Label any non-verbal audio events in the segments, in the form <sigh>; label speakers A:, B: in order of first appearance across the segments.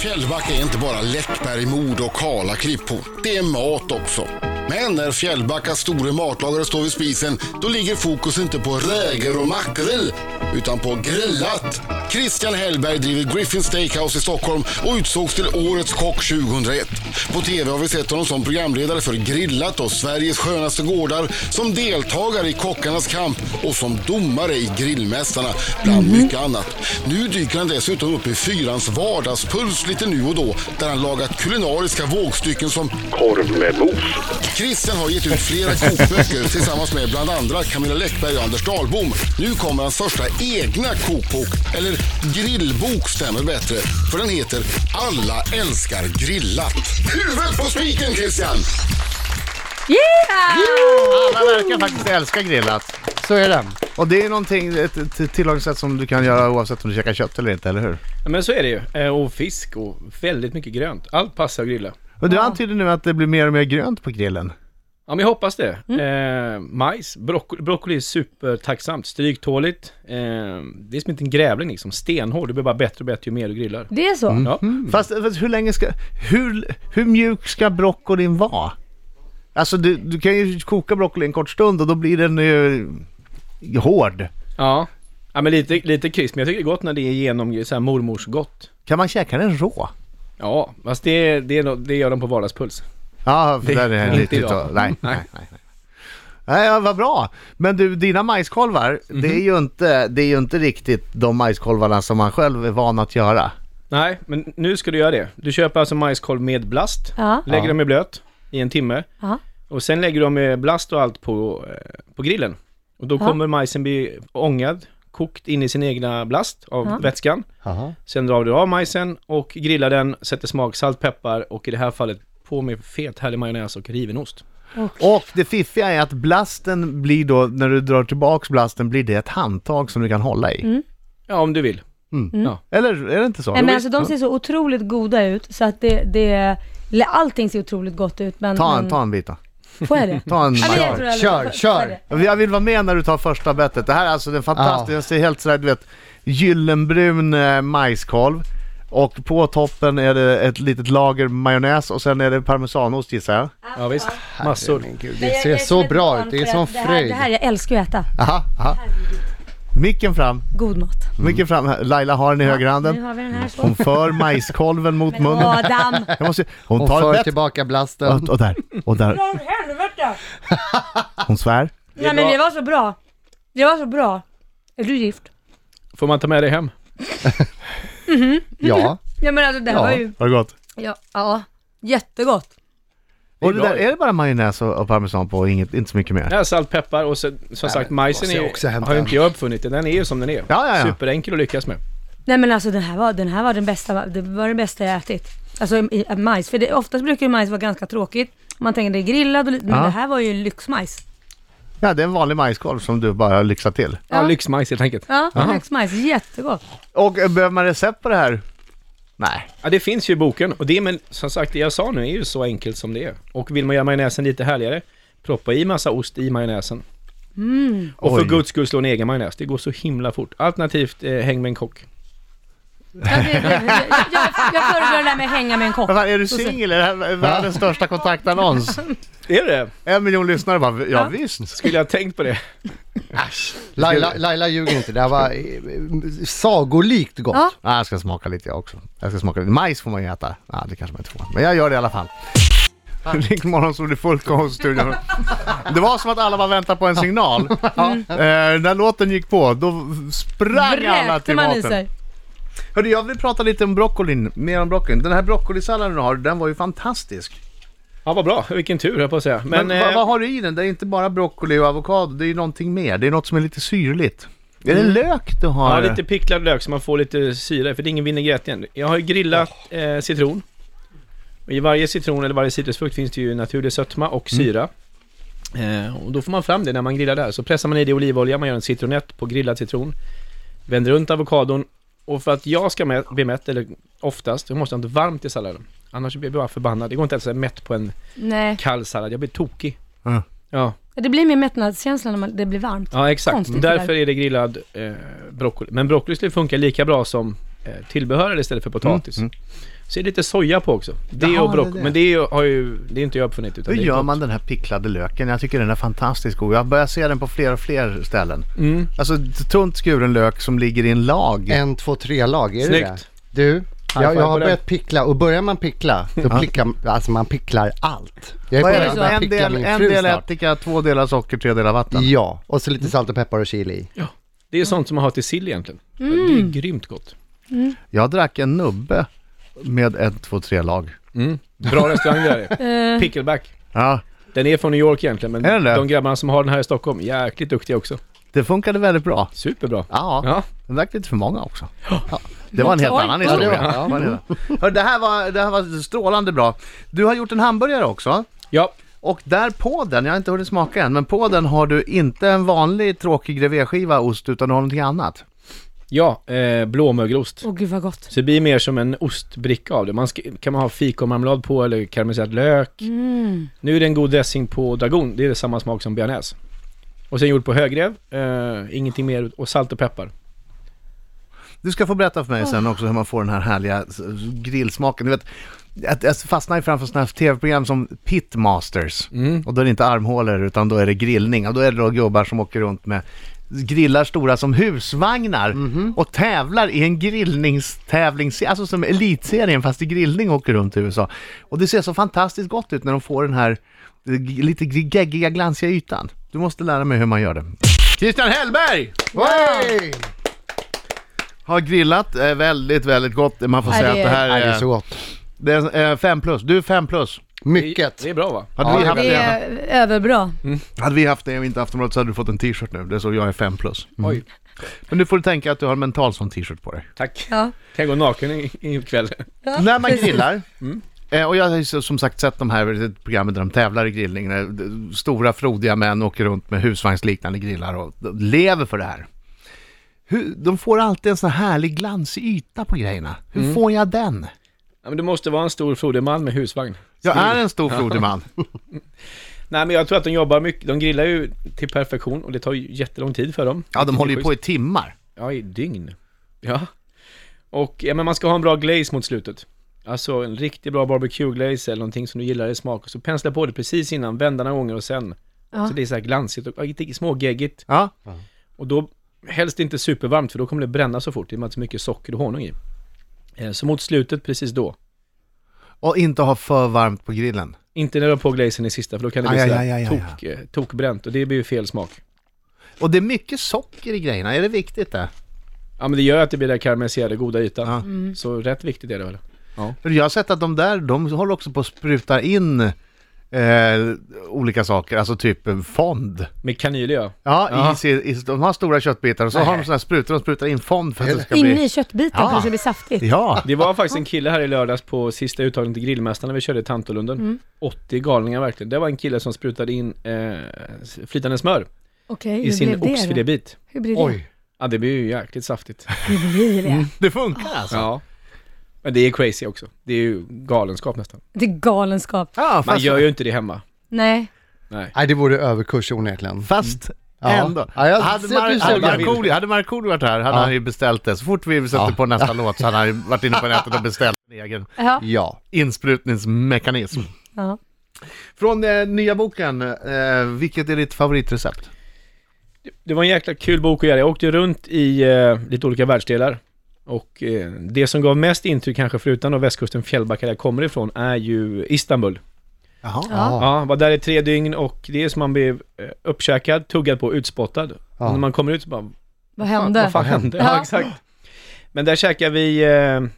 A: Fjällback är inte bara läckberg, mod och kala klippor. Det är mat också. Men när Fjällbackas store matlagare står vid spisen, då ligger fokus inte på räger och makrill, utan på grillat. Christian Hellberg driver Griffin Steakhouse i Stockholm och utsågs till Årets Kock 2001. På TV har vi sett honom som programledare för Grillat och Sveriges skönaste gårdar, som deltagare i Kockarnas kamp och som domare i Grillmästarna, bland mycket annat. Nu dyker han dessutom upp i Fyrans vardagspuls lite nu och då, där han lagat kulinariska vågstycken som
B: Korv med mos.
A: Christian har gett ut flera kokböcker tillsammans med bland andra Camilla Läckberg och Anders Dahlbom. Nu kommer hans första egna kokbok, eller grillbok stämmer bättre, för den heter Alla älskar grillat. Huvudet på spiken Christian!
C: Yeah!
D: Alla verkar faktiskt älska grillat.
E: Så är det.
D: Och det är någonting, ett, ett tillagningssätt som du kan göra oavsett om du käkar kött eller inte, eller hur?
F: Ja, men så är det ju. Eh, Och fisk och väldigt mycket grönt. Allt passar att grilla.
D: Och du antyder nu att det blir mer och mer grönt på grillen.
F: Ja men jag hoppas det. Eh, majs, broccoli, broccoli är supertacksamt, stryktåligt. Eh, det är som inte en grävling liksom, stenhård. Det blir bara bättre och bättre ju mer du grillar.
C: Det är så?
E: Mm.
F: Ja.
D: Fast, fast hur länge ska, hur, hur mjuk ska broccolin vara? Alltså du, du kan ju koka broccoli en kort stund och då blir den ju hård.
F: ja. Ja men lite, lite krisp, men jag tycker det är gott när det är genom så här mormorsgott.
D: Kan man käka den rå?
F: Ja, fast det, det, är no- det gör de på vardagspuls.
D: Ja, för där är den
F: inte
D: riktigt...
F: idag. <laughs>
D: Nej, nej, nej. nej. Nej, ja, vad bra. Men du, dina majskolvar,
F: Mhm.
D: det, är ju inte, det är ju inte riktigt de majskolvarna som man själv är van att göra.
F: Nej, men nu ska du göra det. Du köper alltså majskolv med blast,
C: Ja.
F: lägger dem i blöt i en timme
C: Ja.
F: och sen lägger du dem med blast och allt på, eh, på grillen. Och då
C: Ja.
F: kommer majsen bli ångad, kokt in i sin egna blast av
C: Ja.
F: vätskan. Sen drar du av majsen och grillar den, sätter smak, salt, peppar och i det här fallet på med fet härlig majonnäs och riven ost.
D: Och det fiffiga är att blasten blir då, när du drar tillbaks blasten, blir det ett handtag som du kan hålla i.
F: Ja, om du vill.
D: Eller är det inte så?
C: Mm. Nej, men alltså, de ser så otroligt goda ut så att det, det eller allting ser otroligt gott ut men...
D: ta, en,
C: men-
D: ta en bit då.
C: Får
E: <laughs>
C: jag det?
D: Ta en
C: Ja, men jag
D: majs.
C: tror jag-
E: Kör,
C: får-
E: kör.
C: får jag det?
D: Jag vill vara med när du tar första bettet. Det här är alltså den fantastiska,
E: Ja.
D: den ser helt sådär du vet, gyllenbrun eh, majskolv. Och på toppen är det ett litet lager majonnäs och sen är det parmesanost gissar jag.
F: Ja, visst. Massor.
E: Herregud,
C: Men
E: det
C: jag-
E: ser
C: jag är
E: så
C: som ett
E: bra
C: barn
E: ut. Det är
C: för
E: som
C: att här-
E: fröjd.
C: Det här, jag älskar ju att äta.
D: Aha, aha. Micken fram,
C: God mat.
D: micken fram. Laila har den i
C: Nu
D: högerhanden.
C: har vi den här så.
D: Hon för majskolven mot
C: Men
D: munnen.
C: Adam!
D: Jag måste, hon
E: Hon
D: tar
E: för
D: ett bett.
E: tillbaka blasten.
D: Och, och där, och där.
C: Åh, helvete!
D: Hon svär.
C: Nej men det var så bra. Det var så bra. Är du gift?
F: Får man ta med dig hem?
E: Ja.
C: Ja men alltså det här
E: Ja.
C: var ju...
D: Har det gått?
C: Ja, ja, jättegott.
D: Och det
F: bra
D: där,
F: ju.
D: är det bara majonnäs och, och parmesan på och inget, inte så mycket mer?
F: Ja, salt, peppar och sen, som sagt
E: men
F: majsen
E: måste
F: är
E: jag
F: ju,
E: också hämta
F: har ju
E: hem.
F: inte jag uppfunnit. det. Den är ju som den är.
D: ja, ja.
F: Superenkel att lyckas med.
C: Nej men alltså den här var den, här var den, bästa, det var den bästa jag ätit. Alltså i, i majs, för det, oftast brukar ju majs vara ganska tråkigt. Man tänker det är grillad och lite, men
D: Ja.
C: det här var ju lyxmajs.
D: Ja, det är en vanlig majskolv som du bara lyxar till.
F: Ja.
C: Ja.
F: lyxmajs helt enkelt.
C: Ja, lyxmajs, jättegott.
D: Och eh, behöver man recept på det här? Nej.
F: Ja, det finns ju i boken. Och det, men som sagt, det jag sa nu är ju så enkelt som det är. Och vill man göra majonnäsen lite härligare, proppa i massa ost i majonnäsen. Och för
D: Oj.
F: guds skull slå en egen majonnäs. Det går så himla fort. Alternativt, eh, häng med en kock.
C: Jag, jag, jag, jag föredrar det där med att hänga med en kock.
D: Men fan, är du singel? Är det här världens största kontaktannons?
F: Är det
D: <laughs> En miljon lyssnare bara, ja, visst.
F: Skulle jag ha tänkt på det?
E: Laila, Laila ljuger inte. Det här var eh, sagolikt gott.
C: Ja.
D: Ah, jag ska smaka lite jag också. Jag ska smaka lite. Majs får man ju äta. Ah, det kanske man inte får. Men jag gör det i alla fall. <laughs> Riksmorgon så det fullt kaos i studion. Det var som att alla bara väntade på
C: <laughs>
D: en signal. Eh, när låten gick på, då sprang alla
C: Vräkte
D: till
C: man i
D: maten.
C: sig.
D: Hörru, jag vill prata lite om broccolin, mer om broccolin. Den här broccolisalladen du har, den var ju fantastisk.
F: Ja, vad bra. Vilken tur, höll jag på att säga. Men,
D: Men, vad,
F: eh,
D: vad har du i den? Det är inte bara broccoli och avokado, det är ju någonting mer. Det är något som är lite syrligt. Är det lök du har?
F: ja, lite picklad lök så man får lite syra, för det är ingen vinägrett igen. Jag har ju grillat eh, citron. Och I varje citron eller varje citrusfrukt finns det ju naturlig sötma och syra. Eh, och då får man fram det när man grillar där. Så pressar man i det i olivolja, man gör en citronett på grillad citron. Vänder runt avokadon. Och för att jag ska mä- bli mätt, eller oftast, då måste jag ha något varmt i salladen. Annars blir jag bara förbannad. Det går inte ens att bli mätt på en
C: Nej,
F: kall sallad. Jag blir tokig.
D: Ja.
F: Ja.
C: det blir mer mättnadskänsla när man, det blir varmt.
F: Ja, exakt.
C: Konstigt det
F: Därför är det grillad eh, broccoli. Men broccoli skulle funka lika bra som eh, tillbehör istället för potatis.
D: Mm,
F: Så är det lite soja på också. Det
D: Jaha,
F: och
D: det är
F: broccoli.
D: det.
F: Men det, är ju, har ju, det är inte jag uppfunnit. Utan
D: Hur
F: det är
D: gör
F: gott.
D: man den här picklade löken? Jag tycker den är fantastiskt god. Jag börjar se den på fler och fler ställen.
F: Mm.
D: Alltså t- tunt skuren lök som ligger i en lag.
E: En, två, tre lag, är det
F: Snyggt.
E: det? Du, jag,
F: five
E: jag
F: på
E: har
F: den.
E: börjat pickla och börjar man pickla, då picklar, alltså man picklar allt. Jag är på
D: Vad är
E: väg att
D: det?
E: börja
D: En
E: pickla
D: del,
E: min
D: en
E: fru
D: del
E: snart.
D: ättika, två delar socker, tre delar vatten.
E: Ja, och så lite salt och peppar och chili i.
F: det är sånt som man har till sill egentligen.
D: Mm.
F: Det är grymt gott.
D: Jag drack en nubbe med ett, två, tre lag.
F: Mm.
D: <laughs>
F: Bra restaurang det där är.
C: Eh,
F: Pickleback.
D: Ja,
F: Den är från New York egentligen, men
D: Är den det?
F: de grabbarna som har den här i Stockholm, jäkligt duktiga också.
D: det funkade väldigt bra.
F: Superbra.
D: Ja,
F: Ja.
D: det drack lite för många också. Ja. Det var en helt
C: Oj,
D: annan
C: oj,
D: historia.
E: oj.
D: Det
E: Ja, det var-
D: var en helt- Hörru, Det här var, det här var strålande bra. Du har gjort en hamburgare också.
F: ja.
D: Och där på den, jag har inte hunnit smaka än, men på den har du inte en vanlig tråkig grevéskiva ost utan du har någonting annat.
F: Ja, eh, blåmögelost.
C: Åh gud vad gott.
F: Så det blir mer som en ostbricka av det. Man ska, kan man ha fikonmarmelad på eller karamelliserad lök. Nu är det en god dressing på dragon. Det är samma smak som bearnaise. Och sen gjord på högrev, eh, ingenting mer, och salt och peppar.
D: Du ska få berätta för mig sen också hur man får den här härliga s- grillsmaken. Du vet, jag- jag fastnar ju framför sådana här tv-program som Pitmasters. Och då är det inte armhålor utan då är det grillning. Och då är det då gubbar som åker runt med grillar stora som husvagnar och tävlar i en grillningstävling, alltså som elitserien fast i grillning åker runt i USA. Och det ser så fantastiskt gott ut när de får den här eh, g- lite geggiga glansiga ytan. Du måste lära mig hur man gör det. Christian Hellberg!
E: Oj!
D: Har grillat eh, väldigt, väldigt gott. Man får
C: Ja,
D: säga
C: det
D: att det här
E: Nej, det är så
D: är...
E: gott.
D: Det är eh, fem plus. Du är fem plus.
E: Mycket.
F: Det, det är bra va?
D: Hade,
E: Ja,
D: vi
E: det är
D: haft
C: Det
D: det,
C: är överbra.
D: hade vi haft det och inte Aftonbladet så hade du fått en t-shirt nu. Det är så jag är fem plus.
F: Oj,
D: Men nu får du tänka att du har en mental sån t-shirt på dig.
F: tack.
C: Ja.
F: Kan jag gå naken i- i- ikväll?
C: Ja,
D: När man
C: precis.
D: grillar, eh, och jag har ju så- som sagt sett de här programmen där de tävlar i grillning. När d- stora frodiga män åker runt med husvagnsliknande grillar och d- lever för det här. Hur, de får alltid en sån här härlig glansig yta på grejerna. Hur får jag den?
F: Ja, men du måste vara en stor frodig man med husvagn.
D: Jag är en stor frodig man.
F: Nej men jag tror att de jobbar mycket, de grillar ju till perfektion och det tar ju jättelång tid för dem.
D: Ja, de håller ju på i timmar.
F: Ja, i dygn. Ja. Och ja, men man ska ha en bra glaze mot slutet. Alltså en riktigt bra barbecue glaze eller någonting som du gillar i smak. Och så pensla på det precis innan, vända några gånger och sen.
C: Ja.
F: Så det är så här glansigt och ja, lite smågeggigt.
D: Ja.
F: Och då helst inte supervarmt för då kommer det bränna så fort. Det är med så mycket socker och honung i. Eh, Så mot slutet, precis då.
D: Och inte ha för varmt på grillen.
F: Inte när du har på glazen i sista för då kan det bli
D: Aj,
F: så
D: aj,
F: här
D: aj, aj, aj.
F: tok, eh, tokbränt och det blir ju fel smak.
D: Och det är mycket socker i grejerna, är det viktigt det?
F: Ja men det gör att det blir den där karamelliserade goda ytan.
D: Ja.
F: Så rätt viktigt är det väl.
D: För jag har sett att de där, de håller också på att spruta in eh, olika saker, alltså typ en fond.
F: Med kanyl ja.
D: Ja,
F: Ja.
D: I, sin- i, de har stora köttbitar och så har de sådana här sprutor, de sprutar in fond för att det ska
C: Inne
D: bli...
C: i köttbiten
D: Ja.
C: för att det ska bli saftigt.
D: Ja,
F: <laughs> Det var faktiskt en kille här i lördags på sista uttagningen till grillmästarna vi körde i Tantolunden.
C: Mm.
F: 80 galningar verkligen. Det var en kille som sprutade in eh, flytande smör
C: Okej,
F: i
C: hur
F: sin
C: blev det då?
F: oxfilébit.
C: Hur blir det?
E: Oj.
F: Ja, det blir ju jäkligt saftigt.
C: Hur blir det?
D: det funkar alltså. Ja,
F: Ja. Men det är crazy också. Det är ju galenskap nästan.
C: Det är galenskap.
D: fast,
F: Man gör ju inte det hemma.
C: Nej.
F: Nej.
E: Nej, det vore överkurs onekligen. Mm.
D: fast
E: Ja.
D: ändå.
E: Ja, jag
D: hade
E: ser att du
D: Mar-
E: ser
D: hade
E: vad jag
D: Markoolio hade Markoolio varit här hade
E: Ja.
D: han ju beställt det. Så fort vi sätter
E: Ja.
D: på nästa låt så hade han ju varit inne på nätet och beställt en egen
C: Ja.
E: Ja.
D: insprutningsmekanism.
C: ja.
D: Mm. Från eh, nya boken, eh, vilket är ditt favoritrecept?
F: Det var en jäkla kul bok att göra. Jag åkte runt i eh, lite olika världsdelar. Och eh, det som gav mest intryck kanske, förutom då västkusten, Fjällbacka där jag kommer ifrån, är ju Istanbul.
D: Jaha.
C: Ja.
F: Ja, var där i tre dygn och det är som man blev eh, uppkäkad, tuggad på, utspottad.
E: Ja.
F: Och när man kommer ut så bara,
C: Vad
F: fan,
C: hände?
F: vad fan hände?
C: Ja.
F: Ja, exakt. Men där käkade vi eh,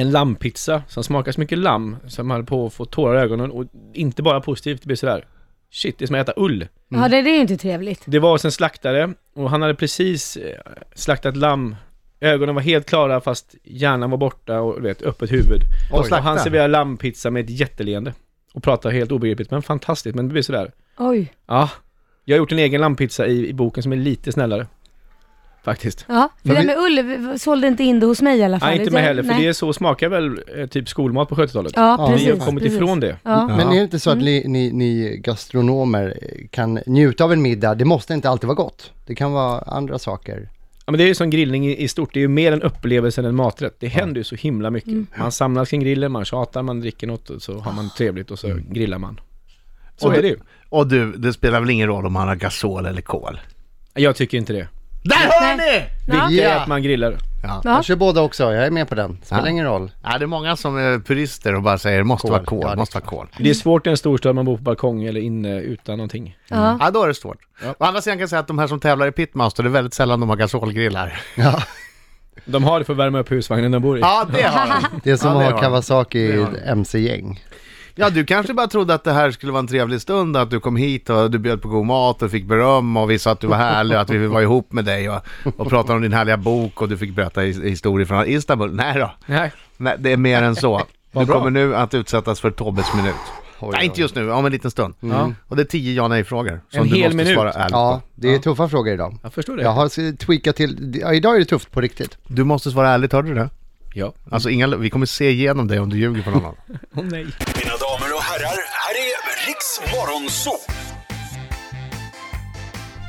F: en lammpizza som smakar så mycket lamm så man höll på att få tårar i ögonen och inte bara positivt, det blir sådär Shit, det är som att äta ull.
C: Ja, det, det är ju inte trevligt.
F: Det var hos en slaktare och han hade precis eh, slaktat lamm. Ögonen var helt klara fast hjärnan var borta och du vet, öppet huvud.
D: Och
F: Och han
D: slakta.
F: serverade lammpizza med ett jätteleende. Och pratade helt obegripligt, men fantastiskt. Men det blir sådär.
C: Oj.
F: Ja, jag har gjort en egen lammpizza i, i boken som är lite snällare. Faktiskt.
C: Ja, för det där med ull vi- sålde inte in det hos mig i alla fall.
F: Nej, inte
C: Det-
F: med heller, för
C: nej.
F: det är så smakar väl eh, typ skolmat på 70-talet.
C: Ja,
E: Ja,
C: precis.
F: Vi har kommit
C: precis.
F: ifrån det. Mm.
C: Ja.
E: Men är det inte så
D: Mm.
E: att ni, ni, ni gastronomer kan njuta av en middag? Det måste inte alltid vara gott. Det kan vara andra saker.
F: Ja, men det är ju som grillning i i stort, det är ju mer en upplevelse än en maträtt. Det händer ju så himla mycket.
C: Mm.
F: Man samlas kring grillen, man tjatar, man dricker något och så har
C: Ah.
F: man trevligt och så grillar man. Så
D: Och
F: är det ju.
D: Och du, det spelar väl ingen roll om man har gasol eller kol?
F: Jag tycker inte det.
D: Där hör
C: Nej.
D: ni!
C: Ja.
F: Det är
E: Ja.
F: att man grillar.
C: Ja.
E: Jag kör båda också, jag är med på den. Spelar
D: Ja.
E: ingen roll.
D: Ja, det är många som är purister och bara säger det måste
E: Kol.
D: vara kol,
E: Ja, det är
D: måste vara kol.
F: Det är svårt i en storstad man bor på balkong eller inne utan någonting.
C: Ja.
D: Ja, då är det svårt. Å andra sidan kan jag säga att de här som tävlar i pitmaster, det är väldigt sällan de har gasolgrillar.
E: Ja,
F: De har det för att värma upp husvagnen de bor i.
D: Ja, det har de.
E: det är som
D: Ja,
E: att
D: det
E: ha
D: har-
E: Kawasaki
D: det
E: i
D: har-
E: ett MC-gäng.
D: Ja, du kanske bara trodde att det här skulle vara en trevlig stund, att du kom hit och du bjöd på god mat och fick beröm och vi sa att du var härlig och att vi var ihop med dig och, och pratade om din härliga bok och du fick berätta his- historier från Istanbul. Nej då,
F: Nej.
D: Nej, det är mer än så. Du
F: bra.
D: kommer nu att utsättas för Tobbes minut. Nej, inte just nu, om en liten stund.
F: Mm. Ja.
D: Och det är tio ja nej-frågor som
F: En
D: du
F: hel
D: måste
F: minut.
D: svara ärligt
E: Ja,
D: på.
E: det är tuffa frågor idag.
F: Jag förstår det.
E: Jag har s- tweakat till, ja, idag är det tufft på riktigt.
D: Du måste svara ärligt, hörde du det?
F: Ja.
D: Alltså, inga, vi kommer se igenom dig om du ljuger på någon annan.
F: Åh nej.
B: Mina damer och herrar, här är Riks Morgonzoo!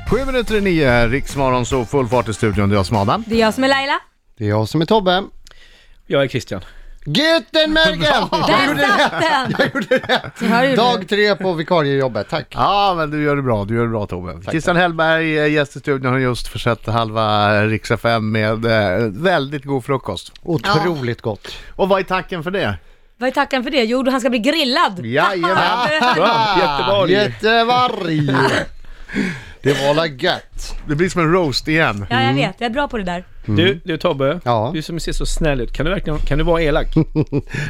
D: Sju minuter i nio, Riksmorgon, så full fart i studion. Det är jag som är Adam.
C: Det är jag som är Laila.
E: Det är jag som är Tobbe.
F: Jag är Christian.
E: Guten
C: Där
E: Morgen!
C: satt den! Jag gjorde det! Jag hörde ju det.
E: Dag tre på vikariejobbet, tack.
D: Ja, men du gör det bra. Du gör det bra Tobbe. Christian Hellberg, eh, gäst i studion, har just försett halva eh, Rix FM med eh, väldigt god frukost.
E: Otroligt gott.
D: Och vad är tacken för det?
C: Vad är tacken för det? Jo, han ska bli grillad. <laughs>
D: Jajamän!
F: Skönt, jättevarg.
E: Jättevarg! Det var la gött.
D: Det blir som en roast igen.
C: Ja,
F: Mm.
C: jag vet. Jag är bra på det där.
F: Du, du Tobbe,
E: Ja.
F: du som ser så snäll ut, kan du verkligen, kan du vara elak?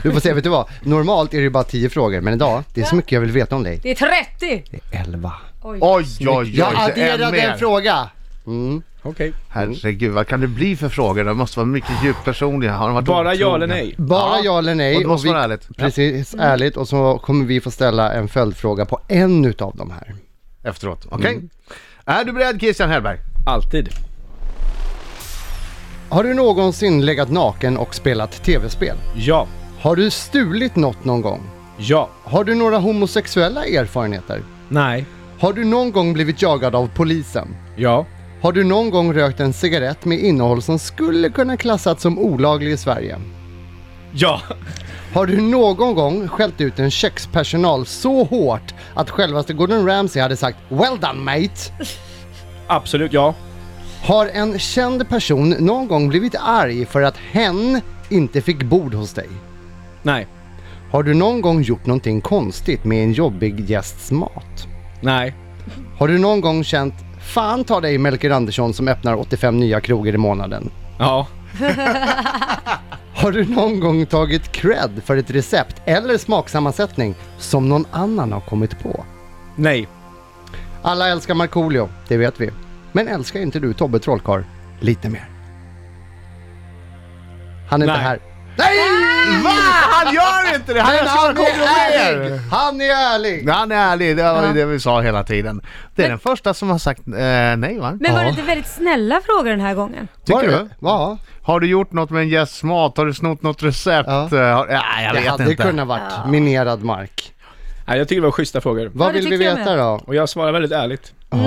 E: Du får se, vet du vad? Normalt är det ju bara 10 frågor, men idag, det är så mycket jag vill veta om dig.
C: Det är 30!
E: 11.
D: Oj, oj, oj.
E: Jag adderade en
D: en fråga.
E: fråga.
F: Okej.
D: Herregud, vad kan det bli för frågor? De måste vara mycket djupt personliga. Har de varit
F: Bara ja
D: otrogna?
F: eller nej?
E: Bara
D: Ja.
E: ja, eller nej.
D: Och det måste
E: vi-
D: vara ärligt.
E: Precis, ärligt. Och så kommer vi få ställa en följdfråga på en utav de här.
D: Efteråt, okej? Är du beredd Christian Hellberg?
F: Alltid.
E: Har du någonsin legat naken och spelat tv-spel?
F: Ja.
E: Har du stulit något någon gång?
F: Ja.
E: Har du några homosexuella erfarenheter?
F: Nej.
E: Har du någon gång blivit jagad av polisen?
F: Ja.
E: Har du någon gång rökt en cigarett med innehåll som skulle kunna klassas som olaglig i Sverige?
F: Ja. <laughs>
E: Har du någon gång skällt ut en kökspersonal så hårt att självaste Gordon Ramsay hade sagt “Well done mate”?
F: Absolut ja.
E: Har en känd person någon gång blivit arg för att hen inte fick bord hos dig?
F: Nej.
E: Har du någon gång gjort någonting konstigt med en jobbig gästs mat?
F: Nej.
E: Har du någon gång känt “Fan ta dig Melker Andersson som öppnar 85 nya krogar i månaden”?
F: Ja.
E: Har du någon gång tagit cred för ett recept eller smaksammansättning som någon annan har kommit på?
F: Nej.
E: Alla älskar Markoolio, det vet vi. Men älskar inte du Tobbe Trollkarl lite mer? Han är
F: Nej.
E: inte här.
D: Nej! Va? Han gör inte det! Han gör
E: Men han
D: saker
E: är
D: och grejer.
E: ärlig! Han är ärlig!
D: Han är ärlig, det var ju det vi sa hela tiden. Det är den första som har sagt eh, nej va?
C: Men var det
E: Ja.
C: inte väldigt snälla frågor den här gången?
D: Tycker
E: Var det?
D: du?
E: Ja.
D: Har du gjort något med en gästs mat? Har du snott något recept?
E: Ja.
D: Eh, har- Nej, jag
E: Det
D: vet
E: hade
D: inte.
E: kunnat varit minerad mark.
F: Nej, jag tycker det var schyssta frågor.
E: Vad
C: Ja, det
E: vill vi
C: tycker jag
E: veta
C: med.
E: då?
F: Och jag svarar väldigt ärligt.
E: Ja.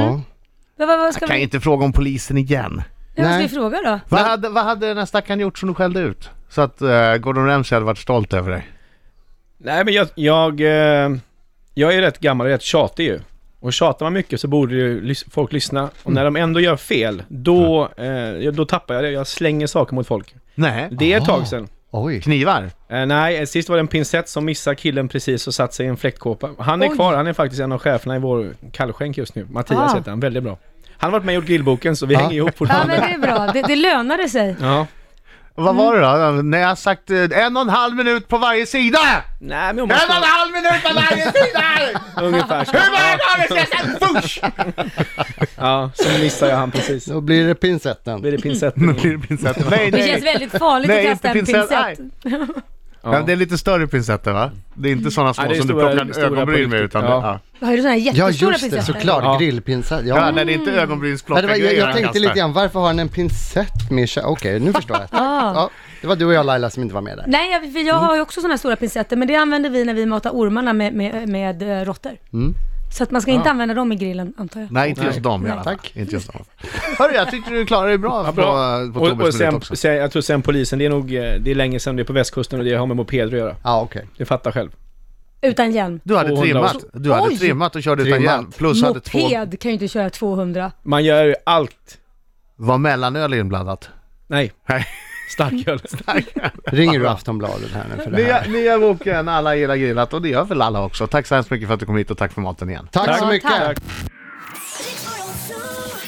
C: Vad, vad, vad ska
D: Jag kan ju
C: vi,
D: inte fråga om polisen igen.
C: vad ska
E: Nej.
C: vi fråga då?
D: Vad hade, vad hade den här stackaren gjort som du skällde ut? Så att eh, Gordon Ramsay hade varit stolt över dig.
F: Nej men jag, jag, eh, jag är rätt gammal och rätt tjatig ju. Och tjatar man mycket så borde ju lys- folk lyssna. Och när de ändå gör fel, då, eh, ja, då tappar jag det. Jag slänger saker mot folk.
D: Nej.
F: Det är ett tag sedan.
E: Oj.
D: Knivar?
F: Eh, nej, eh, sist var det en pincett som missade killen precis och satt sig i en fläktkåpa. Han är
C: Oj.
F: kvar, han är faktiskt en av cheferna i vår kallskänk just nu. Mattias
C: Ah.
F: heter han, väldigt bra. Han har varit med och gjort grillboken
D: Ah.
F: så vi hänger ihop
C: Ja men
F: fortfarande.
C: det är bra, det, det lönade sig.
F: Ja.
D: Vad var det då? När jag har sagt eh, en och en halv minut på varje sida!
F: Nej men om
D: En
F: man
D: och en
F: ska...
D: halv minut på varje <laughs> sida!
F: Ungefär så.
D: Hur många gånger ska jag säga push?
F: Ja, så missade jag han precis.
E: Då blir det pincetten.
F: Blir det pincetten?
D: Blir <laughs> det pincetten? Nej,
C: Det känns
D: nej.
C: väldigt farligt
D: Nej,
C: att kasta en
D: inte pincett,
C: pincett.
D: Ja. men Det är lite större pincetter va? Det är inte sådana små
F: Nej, det är
D: som
F: stora-
D: du plockar
F: stora
D: ögonbryn med
F: produkter.
D: utan
F: Ja.
D: det. Ja.
C: Har du sådana här
E: Ja
C: jättestora
E: just det,
C: pincetter?
E: såklart.
F: Ja.
E: Grillpinsett.
D: Ja,
E: Ja.
D: när
C: Mm.
D: det inte är
E: Nej, det var, jag,
D: ögonbrynsplockargrejer
E: jag
D: han
E: tänkte
D: kastar.
E: lite grann, varför har han en pincett med kä- Okej, nu förstår jag.
C: Ah.
E: Ja, det var du och jag Laila som inte var med där.
C: Nej, jag, för
D: Mm. Mm.
C: jag har ju också sådana här stora pincetter, men det använder vi när vi matar ormarna med, med, med eh, råttor. Så att man ska inte använda dem i grillen antar jag.
D: Nej, inte just dem i
C: Nej.
D: alla fall.
E: Tack.
D: Inte just dem. <laughs> Hörru, jag tyckte du klarade dig bra, på, på
F: och, och
D: Tobbes minut
F: sen,
D: också.
F: sen, jag tror sen polisen, det är nog, eh, det är länge sedan det är på västkusten och det har med mopeder att göra.
E: Ja, okej.
F: Det fattar själv.
C: Utan hjälm.
D: Du hade
F: 200
D: trimmat,
F: också.
D: du hade
C: Oj!
D: trimmat och körde utan
E: Trimmat.
D: hjälm. Plus hade två,
C: Moped kan ju inte köra 200.
F: Man gör ju allt.
D: var mellanöl inblandat.
F: Nej,
D: Nej.
F: starköl.
E: Ringer du Aftonbladet här nu för det här?
D: Nya, nya boken, alla gillar grillat och det gör väl alla också. Tack så hemskt mycket för att du kom hit och tack för maten igen.
E: Tack så
C: Tack.
E: mycket!
F: Tack.
G: Riks Morgonzoo.